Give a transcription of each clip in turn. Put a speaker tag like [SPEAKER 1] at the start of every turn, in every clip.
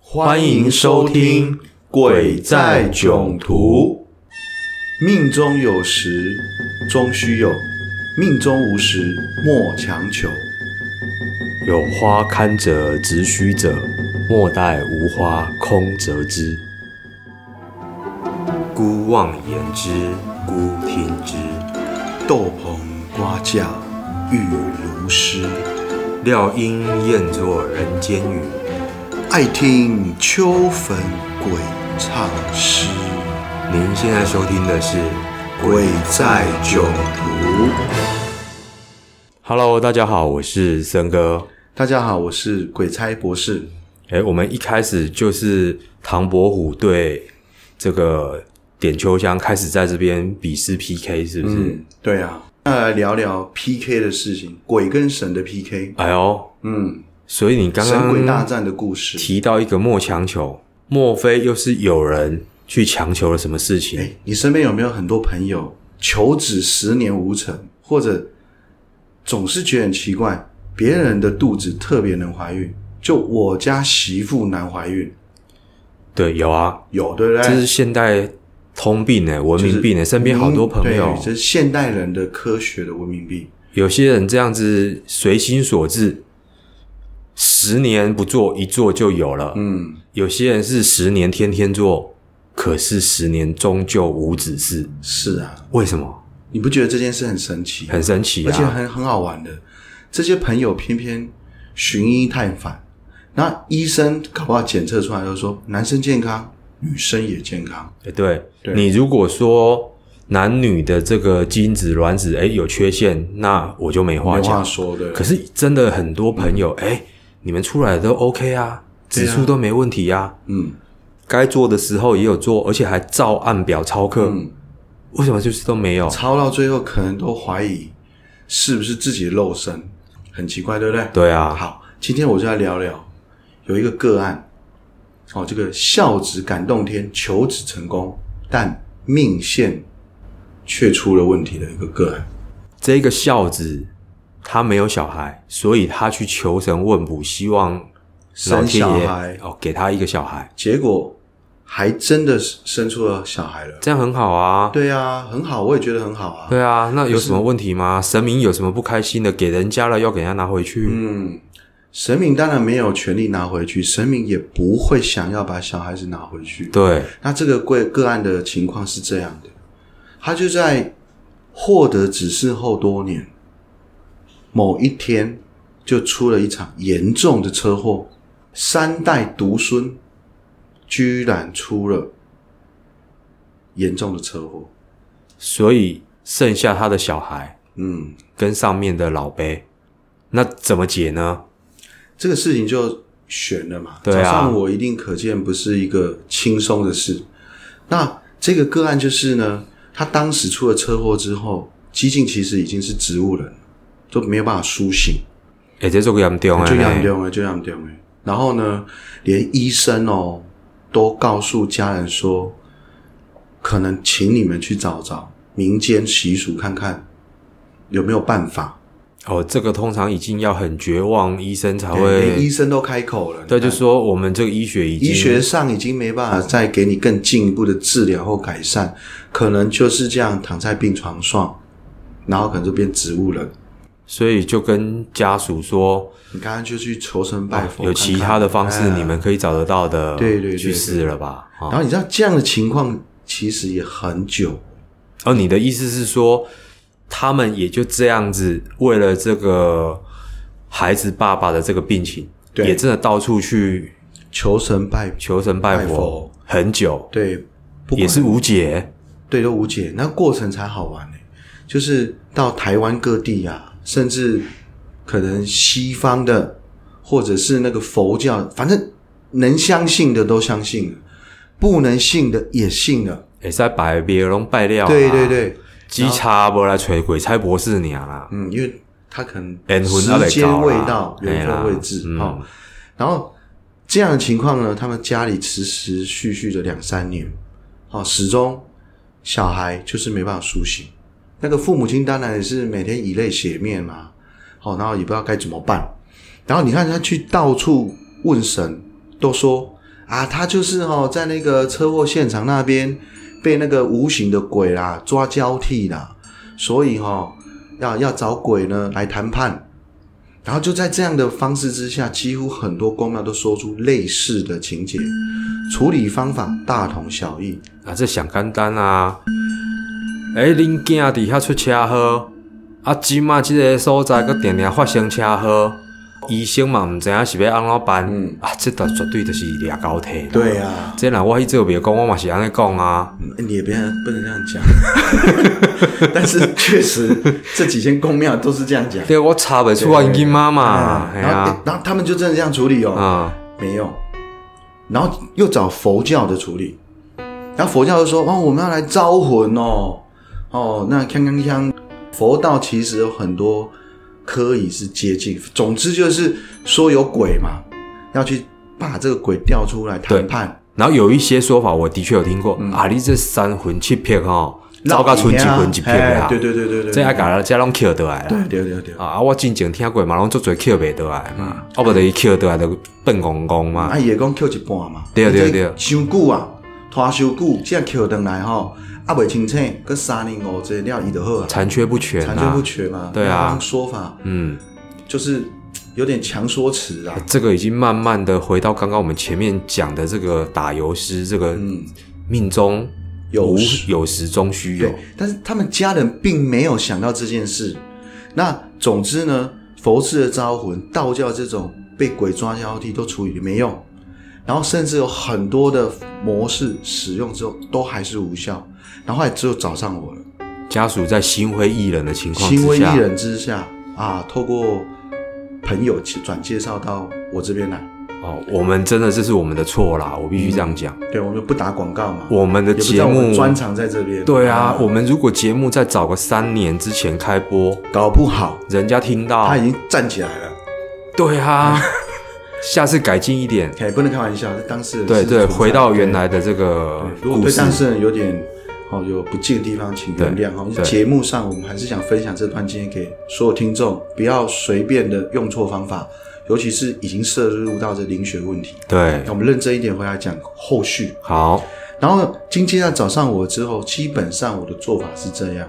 [SPEAKER 1] 欢迎收听《鬼在囧途》。命中有时终须有，命中无时莫强求。
[SPEAKER 2] 有花堪折直须折，莫待无花空折枝。
[SPEAKER 3] 姑妄言之，姑听之。
[SPEAKER 1] 豆棚瓜架雨如诗，
[SPEAKER 3] 料应厌作人间语。
[SPEAKER 1] 爱听秋坟鬼唱诗。
[SPEAKER 3] 您现在收听的是《
[SPEAKER 1] 鬼在囧途》。
[SPEAKER 2] Hello，大家好，我是森哥。
[SPEAKER 1] 大家好，我是鬼差博士。
[SPEAKER 2] 哎，我们一开始就是唐伯虎对这个点秋香开始在这边比试 PK，是不是？
[SPEAKER 1] 嗯，对啊，那来聊聊 PK 的事情，鬼跟神的 PK。
[SPEAKER 2] 哎呦，
[SPEAKER 1] 嗯，
[SPEAKER 2] 所以你刚
[SPEAKER 1] 神鬼大
[SPEAKER 2] 刚
[SPEAKER 1] 战的故事。
[SPEAKER 2] 提到一个莫强求，莫非又是有人去强求了什么事情？
[SPEAKER 1] 哎、你身边有没有很多朋友求子十年无成，或者总是觉得很奇怪，别人的肚子特别能怀孕，就我家媳妇难怀孕，
[SPEAKER 2] 对，有啊，
[SPEAKER 1] 有对不
[SPEAKER 2] 这是
[SPEAKER 1] 对？
[SPEAKER 2] 现代通病哎、文明病哎、身边好多朋友
[SPEAKER 1] 嗯
[SPEAKER 2] 嗯
[SPEAKER 1] 对，这是现代人的科学的文明病。
[SPEAKER 2] 有些人这样子随心所至，十年不做，一做就有了。
[SPEAKER 1] 嗯，
[SPEAKER 2] 有些人是十年天天做，可是十年终究无子嗣，
[SPEAKER 1] 是啊，
[SPEAKER 2] 为什么？
[SPEAKER 1] 你不觉得这件事很神奇，
[SPEAKER 2] 很神奇
[SPEAKER 1] 而且
[SPEAKER 2] 啊！
[SPEAKER 1] 很很好玩的？这些朋友偏偏寻医探访，那医生搞不好检测出来就说男生健康，女生也健康。
[SPEAKER 2] 诶哎对
[SPEAKER 1] 对
[SPEAKER 2] 你如果说男女的这个精子卵子哎有缺陷，那我就没话
[SPEAKER 1] 没话
[SPEAKER 2] 讲。
[SPEAKER 1] 说的，
[SPEAKER 2] 可是真的很多朋友哎、你们出来都 OK 啊，
[SPEAKER 1] 对
[SPEAKER 2] 指
[SPEAKER 1] 啊
[SPEAKER 2] 数都没问题啊。
[SPEAKER 1] 嗯，
[SPEAKER 2] 该做的时候也有做，而且还照按表操课。
[SPEAKER 1] 嗯
[SPEAKER 2] 为什么就是都没有？
[SPEAKER 1] 抄到最后可能都怀疑是不是自己肉身，很奇怪，对不对？。
[SPEAKER 2] 对啊，
[SPEAKER 1] 好，今天我就来聊聊有一个个案，哦，这个孝子感动天，求子成功，但命线却出了问题的一个个案。
[SPEAKER 2] 这个孝子他没有小孩，所以他去求神问卜，希望老
[SPEAKER 1] 生
[SPEAKER 2] 天
[SPEAKER 1] 小
[SPEAKER 2] 爷
[SPEAKER 1] 孩，
[SPEAKER 2] 哦给他一个小孩，
[SPEAKER 1] 结果还真的生出了小孩了。
[SPEAKER 2] 这样很好啊。
[SPEAKER 1] 对啊，很好，我也觉得很好啊。
[SPEAKER 2] 对啊，那有什么问题吗？神明有什么不开心的？给人家了要给人家拿回去。
[SPEAKER 1] 嗯，神明当然没有权利拿回去，神明也不会想要把小孩子拿回去。
[SPEAKER 2] 对，
[SPEAKER 1] 那这个个个案的情况是这样的，他就在获得指示后多年，某一天就出了一场严重的车祸，三代独孙居然出了严重的车祸。
[SPEAKER 2] 所以剩下他的小孩
[SPEAKER 1] 嗯，
[SPEAKER 2] 跟上面的老辈，那怎么解呢？
[SPEAKER 1] 这个事情就悬了嘛。
[SPEAKER 2] 对啊
[SPEAKER 1] 早上我一定可见不是一个轻松的事。那这个个案就是呢，他当时出了车祸之后，激进其实已经是植物人了，就没有办法苏醒，
[SPEAKER 2] 哎、这做个严重
[SPEAKER 1] 就让
[SPEAKER 2] 哎，
[SPEAKER 1] 丢了，就让丢了。然后呢，连医生哦都告诉家人说，可能请你们去找找民间习俗看看有没有办法。
[SPEAKER 2] 哦，这个通常已经要很绝望，医生才
[SPEAKER 1] 连
[SPEAKER 2] 会
[SPEAKER 1] 医生都开口了，
[SPEAKER 2] 啊对，就
[SPEAKER 1] 你看
[SPEAKER 2] 说我们这个医学已经
[SPEAKER 1] 医学上已经没办法再给你更进一步的治疗或改善，可能就是这样躺在病床上，然后可能就变植物人。
[SPEAKER 2] 所以就跟家属说，
[SPEAKER 1] 你刚刚就去求神拜佛，
[SPEAKER 2] 哦有其他的方式
[SPEAKER 1] 看看
[SPEAKER 2] 你们。可以找得到的，
[SPEAKER 1] 哎对对对
[SPEAKER 2] 去试了吧。
[SPEAKER 1] 哎
[SPEAKER 2] 啊
[SPEAKER 1] 然后你知道这样的情况其实也很久，
[SPEAKER 2] 哦，你的意思是说，他们也就这样子，为了这个孩子爸爸的这个病情，
[SPEAKER 1] 对
[SPEAKER 2] 也真的到处去
[SPEAKER 1] 求神拜佛，
[SPEAKER 2] 求神拜
[SPEAKER 1] 拜佛
[SPEAKER 2] 佛，很久，
[SPEAKER 1] 对，不管
[SPEAKER 2] 也是无解。
[SPEAKER 1] 对都无解，那过程才好玩呢、就是到台湾各地啊，甚至可能西方的，或者是那个佛教，反正能相信的都相信了，不能信的也信了。
[SPEAKER 2] 也是在拜别龙拜料、啊，
[SPEAKER 1] 对对，对，
[SPEAKER 2] 稽查不来锤鬼差博士你啊啦，
[SPEAKER 1] 嗯，因为他可能
[SPEAKER 2] 缘分
[SPEAKER 1] 时
[SPEAKER 2] 还没
[SPEAKER 1] 间未
[SPEAKER 2] 到
[SPEAKER 1] 到
[SPEAKER 2] 啦，嗯
[SPEAKER 1] 缘分未
[SPEAKER 2] 嘿
[SPEAKER 1] 至，
[SPEAKER 2] 啦
[SPEAKER 1] 好、哦然后这样的情况呢，他们家里持持续续的两三年，好、始终小孩就是没办法苏醒。那个父母亲当然也是每天以泪洗面啊哦嘛，好、然后也不知道该怎么办。然后你看他去到处问神，都说：“啊，他就是哦，在那个车祸现场那边被那个无形的鬼啦抓交替啦，所以哦，要要找鬼呢来谈判。然后就在这样的方式之下，几乎很多公庙都说出类似的情节，处理方法大同小异。
[SPEAKER 2] 啊，这上简单啊！诶、恁囝伫遐出车祸，啊，即马即个所在佫定定发生车祸，医生嘛毋知影是要安怎办，
[SPEAKER 1] 嗯
[SPEAKER 2] 啊，这都绝对就是掠交替。，
[SPEAKER 1] 啊，
[SPEAKER 2] 这若我去做别讲，我嘛是安尼讲啊。
[SPEAKER 1] 嗯你也别不能这样讲。 但是确实，这几间公庙都是这样讲。
[SPEAKER 2] 对，我查 袂出来因妈嘛，系
[SPEAKER 1] 然后、
[SPEAKER 2] 啊，
[SPEAKER 1] 然后他们就真的这样处理哦。
[SPEAKER 2] 啊，
[SPEAKER 1] 没有，然后又找佛教的处理，然后佛教就说：“哦，我们要来招魂哦，哦，那锵锵锵，佛道其实有很多科以是接近，总之就是说有鬼嘛，要去把这个鬼调出来谈判，
[SPEAKER 2] 然后有一些说法，我的确有听
[SPEAKER 1] 嗯
[SPEAKER 2] 过，啊，你这三魂七魄吼，走到剩一魂一魄
[SPEAKER 1] 哎
[SPEAKER 2] 啦，
[SPEAKER 1] 对对对对对，
[SPEAKER 2] 啊这爱甲咱遮拢捡倒来啦。
[SPEAKER 1] 对对对对，
[SPEAKER 2] 啊，啊我进前听过嘛，拢足侪捡袂倒来
[SPEAKER 1] 嗯
[SPEAKER 2] 嘛，啊，无就是捡倒来就笨公公嘛。
[SPEAKER 1] 啊，也讲扣一半嘛，
[SPEAKER 2] 对对
[SPEAKER 1] 你这
[SPEAKER 2] 对
[SPEAKER 1] 伤久啊，拖伤久，这样扣回来吼，啊未清醒，搁三年五载了伊就好啊。”
[SPEAKER 2] 残缺不全
[SPEAKER 1] 残缺
[SPEAKER 2] 啊
[SPEAKER 1] 不，全嘛，
[SPEAKER 2] 对啊
[SPEAKER 1] 那方说法
[SPEAKER 2] 嗯，
[SPEAKER 1] 就是嘖有点强说辞啊，
[SPEAKER 2] 这个已经慢慢的回到刚刚我们前面讲的这个打油诗，这个命中
[SPEAKER 1] 嗯有
[SPEAKER 2] 无
[SPEAKER 1] 时
[SPEAKER 2] 有时终须有
[SPEAKER 1] 对，，但是他们家人并没有想到这件事。那总之呢，佛寺的招魂，道教这种被鬼抓交替都处理没用，然后甚至有很多的模式使用之后都还是无效，然后后来只有找上我了。
[SPEAKER 2] 家属在心灰意冷的情况
[SPEAKER 1] 心
[SPEAKER 2] 之
[SPEAKER 1] 灰
[SPEAKER 2] 下
[SPEAKER 1] 意，冷之下啊，透过朋友介转介绍到我这边来，
[SPEAKER 2] 哦，我们真的这是我们的错啦，我必须这样讲。
[SPEAKER 1] 对我们不打广告嘛，
[SPEAKER 2] 我们的
[SPEAKER 1] 也不知
[SPEAKER 2] 节
[SPEAKER 1] 道我
[SPEAKER 2] 目
[SPEAKER 1] 们专长在这边。
[SPEAKER 2] 对啊，我们如果节目再早个三年之前开播，
[SPEAKER 1] 搞不好
[SPEAKER 2] 人家听到
[SPEAKER 1] 他，已经站起来了，
[SPEAKER 2] 对 啊，下次改进一点，
[SPEAKER 1] 哎，不能开玩笑，这当事人
[SPEAKER 2] 对
[SPEAKER 1] 是
[SPEAKER 2] 对，
[SPEAKER 1] 存在
[SPEAKER 2] 回到原
[SPEAKER 1] 对
[SPEAKER 2] 来的这个
[SPEAKER 1] 如果
[SPEAKER 2] 故
[SPEAKER 1] 对当
[SPEAKER 2] 事，
[SPEAKER 1] 事人有点哦有不敬的地方，请原谅哦。因为
[SPEAKER 2] 对
[SPEAKER 1] 节目上我们还是想分享这段经验给所有听众，不要随便的用错方法，尤其是已经涉入到这灵学问题。
[SPEAKER 2] 对
[SPEAKER 1] 那，我们认真一点回来讲后续。
[SPEAKER 2] 好，
[SPEAKER 1] 然后经纪人找上我之后，基本上我的做法是这样：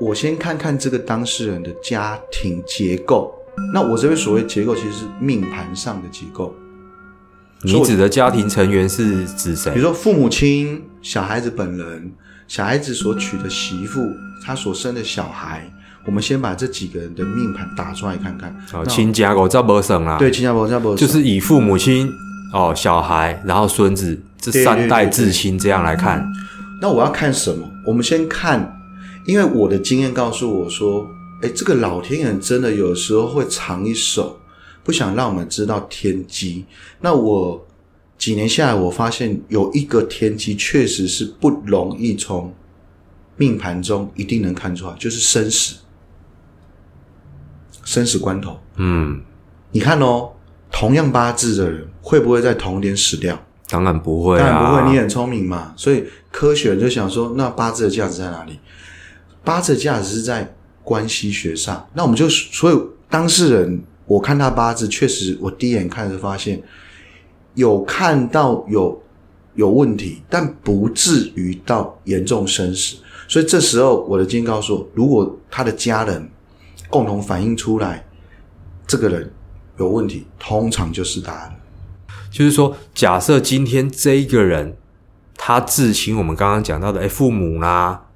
[SPEAKER 1] 我先看看这个当事人的家庭结构。那我这边所谓结构，其实是命盘上的结构，
[SPEAKER 2] 你指的家庭成员是指
[SPEAKER 1] 比如
[SPEAKER 2] 谁？
[SPEAKER 1] 说父母亲、小孩子本人、小孩子所娶的媳妇、他所生的小孩。我们先把这几个人的命盘打出来看看。
[SPEAKER 2] 哦，
[SPEAKER 1] 那
[SPEAKER 2] 亲家狗在不省啦，
[SPEAKER 1] 对，，新加坡，新加坡
[SPEAKER 2] 就是以父母亲、哦小孩，然后孙子这
[SPEAKER 1] 对对
[SPEAKER 2] 三代
[SPEAKER 1] 对对
[SPEAKER 2] 至亲这样来看，
[SPEAKER 1] 那我要看什么？我们先看，因为我的经验告诉我说，哎，这个老天爷真的有时候会藏一手，不想让我们知道天机。那我几年下来，我发现有一个天机确实是不容易从命盘中一定能看出来，就是生死，生死关头。
[SPEAKER 2] 嗯，
[SPEAKER 1] 你看哦，同样八字的人会不会在同年死掉？
[SPEAKER 2] 当然不会
[SPEAKER 1] 当然
[SPEAKER 2] 啊，
[SPEAKER 1] 不会，你很聪明嘛。所以科学就想说，那八字的价值在哪里？八字的价值是在关系学上。那我们就所以当事人，我看他八字，确实我第一眼看是发现有看到有有问题，但不至于到严重生死。所以这时候我的经验告诉我，如果他的家人共同反映出来这个人有问题，通常就是答案了。
[SPEAKER 2] 就是说，假设今天这一个人，他至亲，我们刚刚讲到的，哎，父母啦，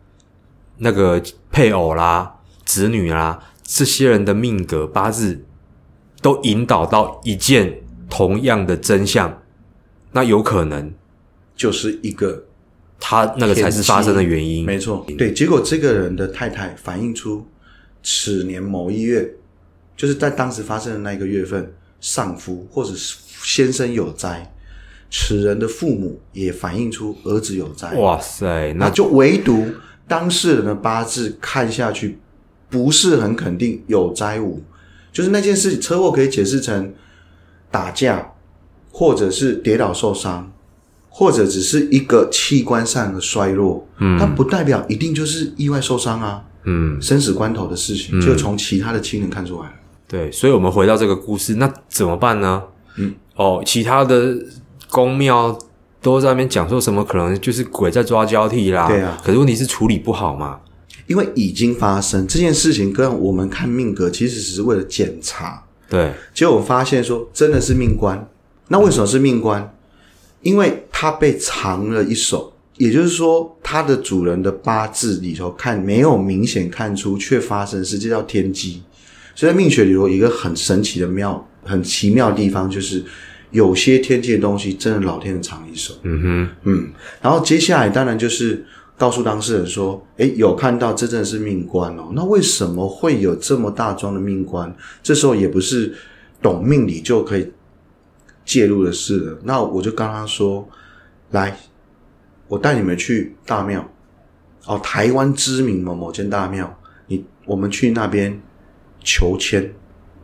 [SPEAKER 2] 那个配偶啦，子女啦，这些人的命格八字，都引导到一件同样的真相，那有可能
[SPEAKER 1] 就是一个
[SPEAKER 2] 他那个才是发生的原因。
[SPEAKER 1] 没错，对。结果这个人的太太反映出，此年某一月，就是在当时发生的那一个月份，丧夫或者是先生有灾，此人的父母也反映出儿子有灾，，
[SPEAKER 2] 哇塞，
[SPEAKER 1] 那
[SPEAKER 2] 那
[SPEAKER 1] 就唯独当事人的八字看下去，不是很肯定有灾无，就是那件事车祸可以解释成打架，或者是跌倒受伤，或者只是一个器官上的衰弱，嗯，但不代表一定就是意外受伤啊。
[SPEAKER 2] 嗯，
[SPEAKER 1] 生死关头的事情，就从其他的亲人看出来了。
[SPEAKER 2] 对，所以我们回到这个故事，那怎么办呢？嗯，哦，其他的公庙都在那边讲说什么可能就是鬼在抓交替啦，
[SPEAKER 1] 对啊
[SPEAKER 2] 可是问题是处理不好嘛，
[SPEAKER 1] 因为已经发生这件事情，跟我们看命格其实只是为了检查，
[SPEAKER 2] 对，
[SPEAKER 1] 结果我发现说真的是命官。那为什么是命官？因为他被藏了一手，也就是说，他的主人的八字里头看没有明显看出，却发生是这叫天机。所以在命学里头有一个很神奇的妙、很奇妙的地方，就是有些天机的东西真的老天藏一手。
[SPEAKER 2] 嗯
[SPEAKER 1] 嗯，然后接下来当然就是告诉当事人说，诶，有看到这真的是命官哦，那为什么会有这么大桩的命官？这时候也不是懂命理就可以介入的事了。那我就跟他说，来，我带你们去大庙，哦，台湾知名某某间大庙，你我们去那边求签。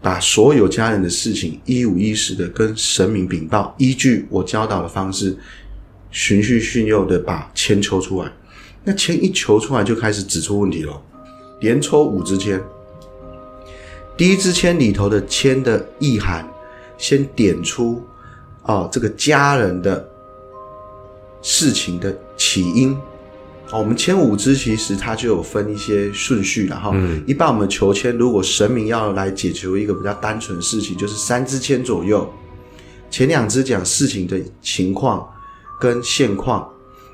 [SPEAKER 1] 把所有家人的事情一五一十的跟神明禀报，依据我教导的方式，循序训诱的把签抽出来。那签一求出来，就开始指出问题了，连抽五支签。第一支签里头的签的意涵，先点出啊、这个家人的事情的起因。哦，我们签五支其实它就有分一些顺序了哈。
[SPEAKER 2] 嗯
[SPEAKER 1] 一般我们求签，如果神明要来解决一个比较单纯的事情，就是三支签左右。前两支讲事情的情况跟现况，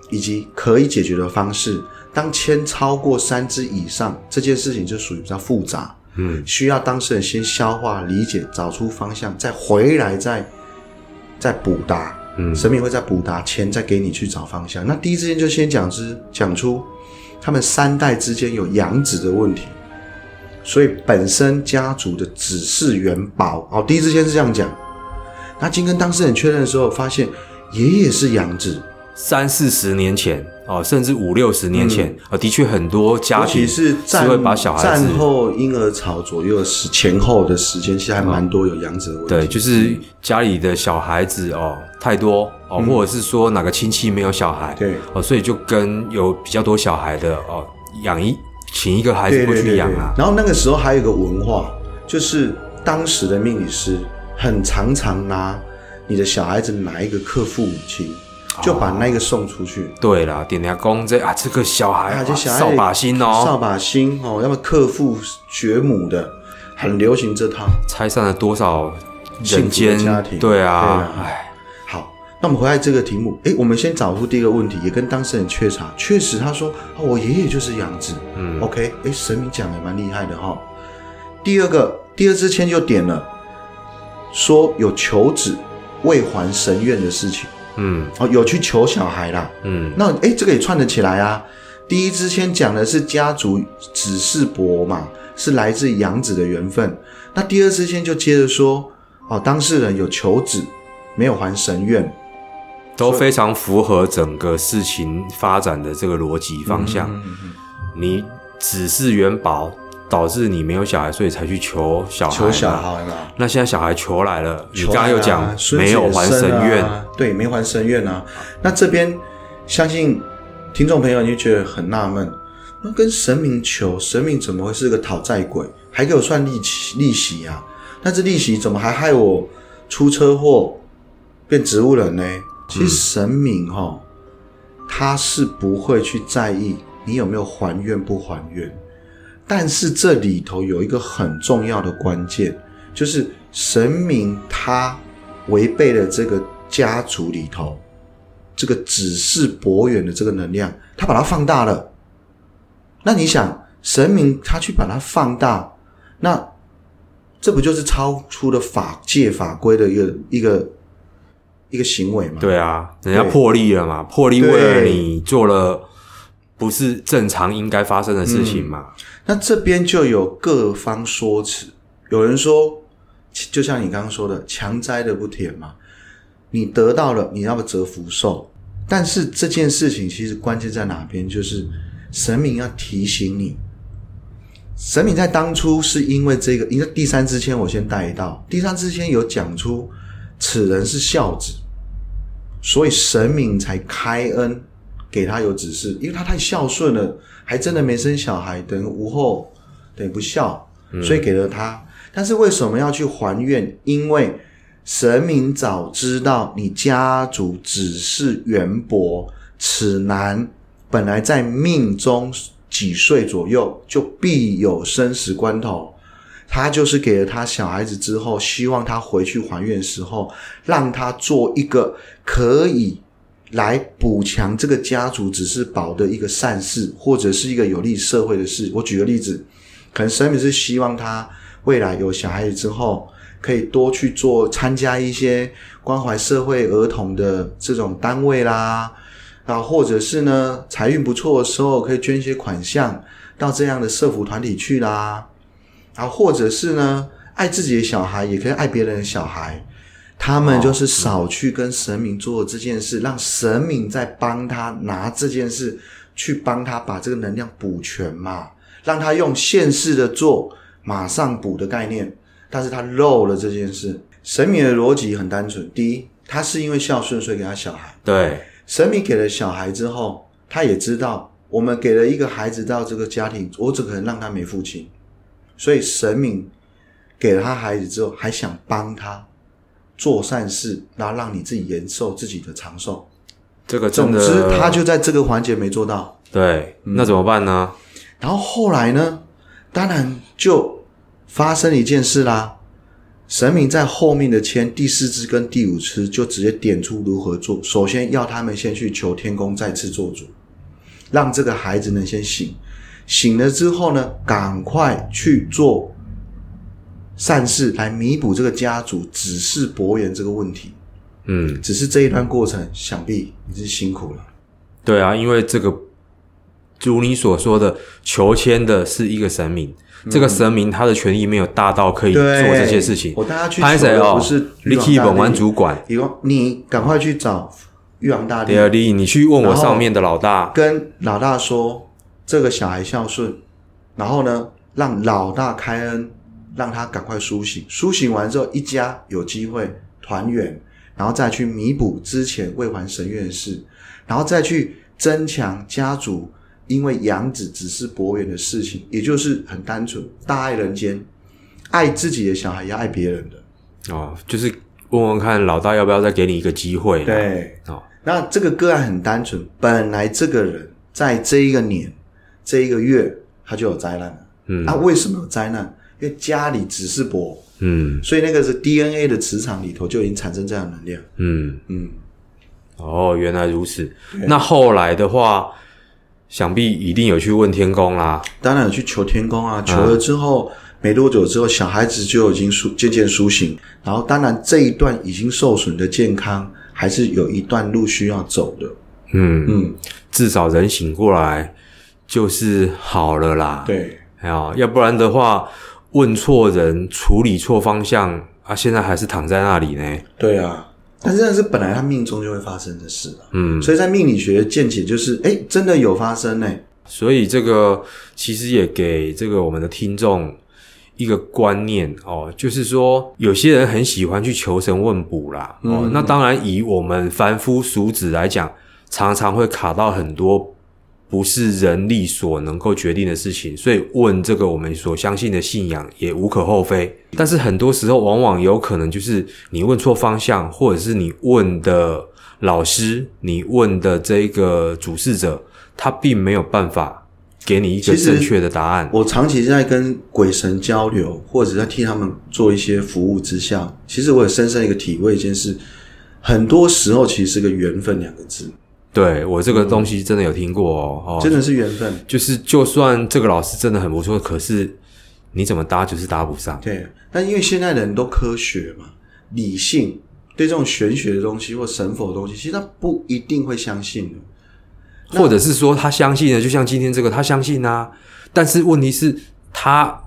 [SPEAKER 1] 以及可以解决的方式。当签超过三支以上，这件事情就属于比较复杂，
[SPEAKER 2] 哼，嗯，
[SPEAKER 1] 需要当事人先消化、理解、找出方向，再回来再再补答。
[SPEAKER 2] 嗯
[SPEAKER 1] 神明会再补答签，再给你去找方向。那第一支签就先讲之讲出他们三代之间有养子的问题，所以本身家族的子嗣元宝哦，第一支签是这样讲。那经跟当事人确认的时候，发现爷爷是养子，
[SPEAKER 2] 三四十年前哦，甚至五六十年前啊、哦的确很多家
[SPEAKER 1] 嗯尤
[SPEAKER 2] 庭
[SPEAKER 1] 其是战
[SPEAKER 2] 会把小孩子
[SPEAKER 1] 战后婴儿潮左右的时前后的时间，其实还蛮多有养子的问题。
[SPEAKER 2] 对，就是家里的小孩子哦太多哦，或者是说哪个亲戚没有小孩，
[SPEAKER 1] 嗯对
[SPEAKER 2] 哦，所以就跟有比较多小孩的哦养一请一个孩子过去养啊，
[SPEAKER 1] 然后那个时候还有一个文化，就是当时的命理师很常常拿你的小孩子哪一个克父母亲，
[SPEAKER 2] 哦
[SPEAKER 1] 就把那个送出去。
[SPEAKER 2] 对啦，点牙公这啊这个小孩
[SPEAKER 1] 啊，
[SPEAKER 2] 啊
[SPEAKER 1] 就小孩
[SPEAKER 2] 扫把星
[SPEAKER 1] 扫
[SPEAKER 2] 哦，
[SPEAKER 1] 把星哦，要么克父绝母的，很流行这套。
[SPEAKER 2] 拆散了多少人
[SPEAKER 1] 幸福的
[SPEAKER 2] 间
[SPEAKER 1] 家庭
[SPEAKER 2] 对啊
[SPEAKER 1] 对啊，
[SPEAKER 2] 哎，
[SPEAKER 1] 好，那我们回来这个题目，诶，我们先找出第一个问题，也跟当事人确查，确实他说啊、我爷爷就是养子，嗯，OK，诶，神明讲也蛮厉害的哈、第二个，第二支签就点了，说有求子未还神愿的事情，
[SPEAKER 2] 嗯
[SPEAKER 1] 哦，有去求小孩啦，
[SPEAKER 2] 嗯
[SPEAKER 1] 那诶，这个也串得起来啊。第一支先讲的是家族子嗣伯嘛，是来自养子的缘分。那第二支先就接着说，哦，当事人有求子，没有还神愿，
[SPEAKER 2] 都非常符合整个事情发展的这个逻辑方向。
[SPEAKER 1] 嗯
[SPEAKER 2] 你只是元宝，导致你没有小孩，所以才去求小孩。
[SPEAKER 1] 求小。孩嘛。
[SPEAKER 2] 那现在小孩求来了，你
[SPEAKER 1] 求
[SPEAKER 2] 刚刚
[SPEAKER 1] 爱
[SPEAKER 2] 有
[SPEAKER 1] 啊
[SPEAKER 2] 讲、
[SPEAKER 1] 孙
[SPEAKER 2] 没
[SPEAKER 1] 子
[SPEAKER 2] 有
[SPEAKER 1] 也
[SPEAKER 2] 还
[SPEAKER 1] 生
[SPEAKER 2] 神
[SPEAKER 1] 啊
[SPEAKER 2] 愿，
[SPEAKER 1] 对，没还神愿啊。那这边相信听众朋友你就觉得很纳闷，那跟神明求，神明怎么会是个讨债鬼，还给我算利息利息啊？那这利息怎么还害我出车祸变植物人呢？其实神明哈、他是不会去在意你有没有还愿不还愿，但是这里头有一个很重要的关键，就是神明他违背了这个家族里头这个只是博远的这个能量，他把它放大了。那你想，神明他去把它放大，那这不就是超出了法界法规的一个一个一个行为吗？
[SPEAKER 2] 对啊，人家
[SPEAKER 1] 对
[SPEAKER 2] 破例了嘛，破例为了
[SPEAKER 1] 对
[SPEAKER 2] 你做了不是正常应该发生的事情嘛，
[SPEAKER 1] 那这边就有各方说辞，有人说，其就像你刚刚说的，强摘的不甜嘛，你得到了，你要不折福寿。但是这件事情其实关键在哪边，就是神明要提醒你。神明在当初是因为这个，因为第三支签我先带到，第三支签有讲出此人是孝子，所以神明才开恩给他有指示，因为他太孝顺了，还真的没生小孩，等于无后，等于不孝，所以给了他。但是为什么要去还愿？因为神明早知道你家族只是缘薄，此男本来在命中几岁左右就必有生死关头，他就是给了他小孩子之后，希望他回去还愿时候，让他做一个可以来补强这个家族只是保的一个善事，或者是一个有利社会的事。我举个例子，可能神明是希望他未来有小孩子之后，可以多去做参加一些关怀社会儿童的这种单位啦，啊，或者是呢财运不错的时候，可以捐一些款项到这样的社服团体去啦，啊，或者是呢爱自己的小孩，也可以爱别人的小孩。他们就是少去跟神明做这件事，让神明在帮他拿这件事去帮他把这个能量补全嘛，让他用现世的做马上补的概念，但是他漏了这件事。神明的逻辑很单纯，第一，他是因为孝顺所以给他小孩，
[SPEAKER 2] 对，
[SPEAKER 1] 神明给了小孩之后，他也知道我们给了一个孩子到这个家庭，我只可能让他没父亲，所以神明给了他孩子之后，还想帮他做善事，然后让你自己延寿自己的长寿。
[SPEAKER 2] 这个真
[SPEAKER 1] 总
[SPEAKER 2] 的，
[SPEAKER 1] 之，他就在这个环节没做到。
[SPEAKER 2] 对，那怎么办呢？
[SPEAKER 1] 然后后来呢，当然就发生了一件事啦。神明在后面的签第四支跟第五支就直接点出如何做。首先要他们先去求天公再次做主，让这个孩子能先醒。醒了之后呢，赶快去做善事来弥补这个家族只是薄缘这个问题。
[SPEAKER 2] 嗯，
[SPEAKER 1] 只是这一段过程，想必已经辛苦了。
[SPEAKER 2] 对啊，因为这个，如你所说的，求签的是一个神明，
[SPEAKER 1] 嗯
[SPEAKER 2] 这个神明他的权益没有大到可以做
[SPEAKER 1] 对
[SPEAKER 2] 这些事情。
[SPEAKER 1] 我大家去
[SPEAKER 2] 拍
[SPEAKER 1] 求
[SPEAKER 2] 谁
[SPEAKER 1] 的
[SPEAKER 2] 哦？
[SPEAKER 1] 不是玉
[SPEAKER 2] 立
[SPEAKER 1] 皇
[SPEAKER 2] 基
[SPEAKER 1] 大
[SPEAKER 2] 本玩
[SPEAKER 1] 帝
[SPEAKER 2] 主管，
[SPEAKER 1] 比如你赶快去找玉皇大帝
[SPEAKER 2] 第，二例，你去问
[SPEAKER 1] 然
[SPEAKER 2] 我
[SPEAKER 1] 后
[SPEAKER 2] 上面的老大，
[SPEAKER 1] 跟老大说这个小孩孝顺，然后呢，让老大开恩，让他赶快苏醒。苏醒完之后，一家有机会团圆，然后再去弥补之前未还神愿的事，然后再去增强家族因为养子只是薄缘的事情，也就是很单纯，大爱人间，爱自己的小孩，也爱别人的。
[SPEAKER 2] 哦，就是问问看老大要不要再给你一个机会。，
[SPEAKER 1] 对，
[SPEAKER 2] 哦，
[SPEAKER 1] 那这个个案很单纯，本来这个人在这一个年、这一个月他就有灾难了。
[SPEAKER 2] 嗯
[SPEAKER 1] 那、为什么有灾难？因为家里只是薄，
[SPEAKER 2] 嗯
[SPEAKER 1] 所以那个是 DNA 的磁场里头就已经产生这样的能量。
[SPEAKER 2] 嗯，
[SPEAKER 1] 嗯，
[SPEAKER 2] 哦，原来如此。那后来的话，想必一定有去问天公啦。
[SPEAKER 1] 当然有去求天公啊，求了之后、没多久之后，小孩子就已经苏渐渐苏醒，然后当然这一段已经受损的健康还是有一段路需要走的。
[SPEAKER 2] 嗯，
[SPEAKER 1] 嗯，
[SPEAKER 2] 至少人醒过来就是好了啦。，
[SPEAKER 1] 对，
[SPEAKER 2] 哎呀，要不然的话，问错人，处理错方向啊，现在还是躺在那里呢。
[SPEAKER 1] 对啊，但是那是本来他命中就会发生的事啊。
[SPEAKER 2] 嗯，
[SPEAKER 1] 所以在命理学的见解就是，哎、真的有发生呢、欸
[SPEAKER 2] 所以这个其实也给这个我们的听众一个观念哦，就是说有些人很喜欢去求神问卜啦。哦，
[SPEAKER 1] 嗯
[SPEAKER 2] 那当然以我们凡夫俗子来讲，常常会卡到很多不是人力所能够决定的事情，所以问这个我们所相信的信仰也无可厚非。但是很多时候，往往有可能就是你问错方向，或者是你问的老师，你问的这个主事者，他并没有办法给你一个
[SPEAKER 1] 其实
[SPEAKER 2] 正确的答案。
[SPEAKER 1] 我长期在跟鬼神交流，或者在替他们做一些服务之下，其实我也深深一个体会一件事，很多时候其实是个缘分两个字，
[SPEAKER 2] 对我这个东西真的有听过哦，哦
[SPEAKER 1] 真的是缘分。
[SPEAKER 2] 就是就算这个老师真的很不错，可是你怎么搭就是搭不上。
[SPEAKER 1] 对，那因为现在人都科学嘛，理性对这种玄学的东西或神佛的东西，其实他不一定会相信的。
[SPEAKER 2] 或者是说他相信的，就像今天这个，他相信啊。但是问题是，他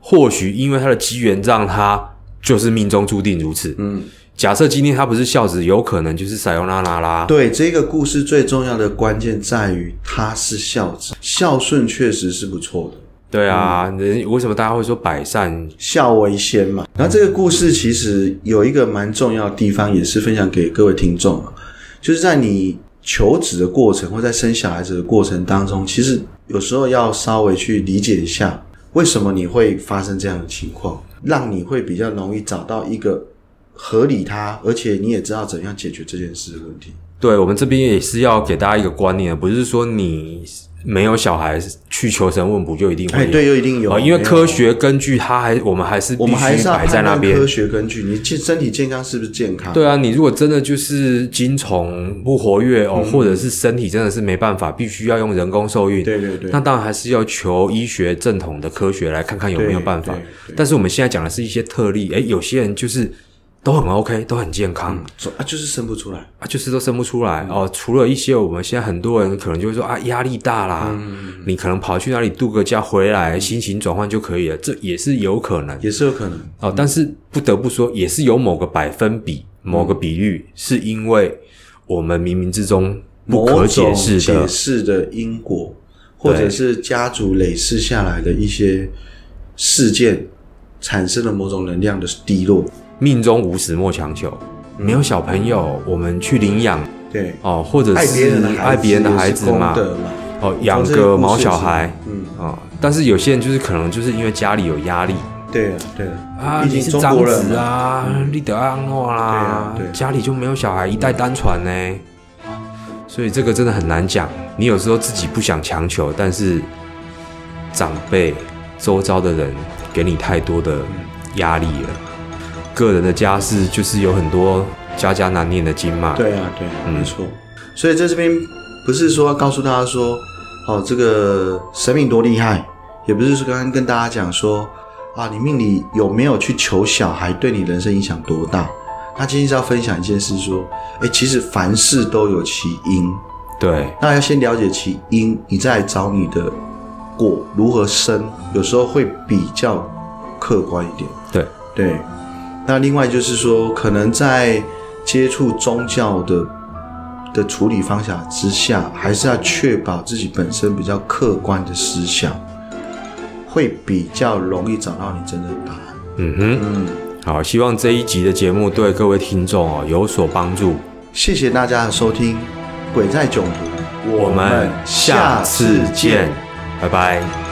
[SPEAKER 2] 或许因为他的机缘，让他就是命中注定如此。
[SPEAKER 1] 嗯，
[SPEAKER 2] 假设今天他不是孝子，有可能就是撒由那拉啦。
[SPEAKER 1] 对，这个故事最重要的关键在于他是孝子，孝顺确实是不错的。
[SPEAKER 2] 对啊，人为什么大家会说百善？
[SPEAKER 1] 孝为先嘛。然后这个故事其实有一个蛮重要的地方，也是分享给各位听众啊，就是在你求子的过程或在生小孩子的过程当中，其实有时候要稍微去理解一下，为什么你会发生这样的情况，让你会比较容易找到一个合理它，而且你也知道怎样解决这件事的问题。
[SPEAKER 2] 对我们这边也是要给大家一个观念，不是说你没有小孩去求神问卜就一定会
[SPEAKER 1] 哎，
[SPEAKER 2] 有，
[SPEAKER 1] 对，又一定有，
[SPEAKER 2] 啊因为
[SPEAKER 1] 没有
[SPEAKER 2] 科学根据它还我们还是
[SPEAKER 1] 我们
[SPEAKER 2] 必须
[SPEAKER 1] 还是要
[SPEAKER 2] 摆在
[SPEAKER 1] 判
[SPEAKER 2] 那
[SPEAKER 1] 断
[SPEAKER 2] 边
[SPEAKER 1] 科。学根据，你健身体健康是不是健康？
[SPEAKER 2] 对啊，你如果真的就是精虫不活跃
[SPEAKER 1] 嗯
[SPEAKER 2] 哦，或者是身体真的是没办法，必须要用人工受孕，
[SPEAKER 1] 对对对
[SPEAKER 2] 那当然还是要求医学正统的科学来看看有没有办法
[SPEAKER 1] 对对。
[SPEAKER 2] 但是我们现在讲的是一些特例，诶，有些人就是都很 OK，都很健康，
[SPEAKER 1] 走啊，就是生不出来。
[SPEAKER 2] 啊，就是都生不出
[SPEAKER 1] 嗯
[SPEAKER 2] 来、哦。除了一些我们现在很多人可能就会说啊，压力大啦，
[SPEAKER 1] 嗯
[SPEAKER 2] 你可能跑去哪里度个假回来，心情转换就可以了，这也是有可能
[SPEAKER 1] 也是有可能。
[SPEAKER 2] 哦。但是不得不说，也是有某个百分比、
[SPEAKER 1] 嗯
[SPEAKER 2] 某个比率，是因为我们冥冥之中不可
[SPEAKER 1] 某种
[SPEAKER 2] 解释的
[SPEAKER 1] 解释的因果，或者是家族累世下来的一些事件产生了某种能量的低落。
[SPEAKER 2] 命中无时莫强求。
[SPEAKER 1] 嗯
[SPEAKER 2] 没有小朋友，我们去领养
[SPEAKER 1] 对，
[SPEAKER 2] 哦，或者
[SPEAKER 1] 爱别
[SPEAKER 2] 是
[SPEAKER 1] 人的孩子，
[SPEAKER 2] 爱别人的孩子嘛
[SPEAKER 1] 功，德嘛，
[SPEAKER 2] 哦，养
[SPEAKER 1] 从这
[SPEAKER 2] 个
[SPEAKER 1] 故事
[SPEAKER 2] 毛小
[SPEAKER 1] 是
[SPEAKER 2] 孩，
[SPEAKER 1] 嗯，
[SPEAKER 2] 啊、但是有些人就是可能就是因为家里有压力
[SPEAKER 1] 对啊，对
[SPEAKER 2] 啊，
[SPEAKER 1] 毕
[SPEAKER 2] 你
[SPEAKER 1] 竟
[SPEAKER 2] 是
[SPEAKER 1] 中
[SPEAKER 2] 长
[SPEAKER 1] 国人
[SPEAKER 2] 子
[SPEAKER 1] 嘛，
[SPEAKER 2] 啊，你得安诺啦、
[SPEAKER 1] 对啊对
[SPEAKER 2] 家里就没有小孩，一代单传呢、所以这个真的很难讲。你有时候自己不想强求，但是长辈、周遭的人给你太多的压力了。个人的家事就是有很多家家难念的经嘛。
[SPEAKER 1] 对啊，对啊，没错。所以在这边不是说要告诉大家说，哦，这个神明多厉害，也不是说刚刚跟大家讲说啊，你命里有没有去求小孩，对你人生影响多大。那今天是要分享一件事，说，哎，其实凡事都有其因，
[SPEAKER 2] 对
[SPEAKER 1] 那要先了解其因，你再来找你的果如何生，有时候会比较客观一点。
[SPEAKER 2] 对
[SPEAKER 1] 对，那另外就是说，可能在接触宗教的的处理方法之下，还是要确保自己本身比较客观的思想，会比较容易找到你真正的答案。
[SPEAKER 2] 嗯哼，
[SPEAKER 1] 嗯，
[SPEAKER 2] 好，希望这一集的节目对各位听众哦有所帮助。
[SPEAKER 1] 谢谢大家的收听，《鬼在囧途》，
[SPEAKER 2] 我们下次见，拜拜。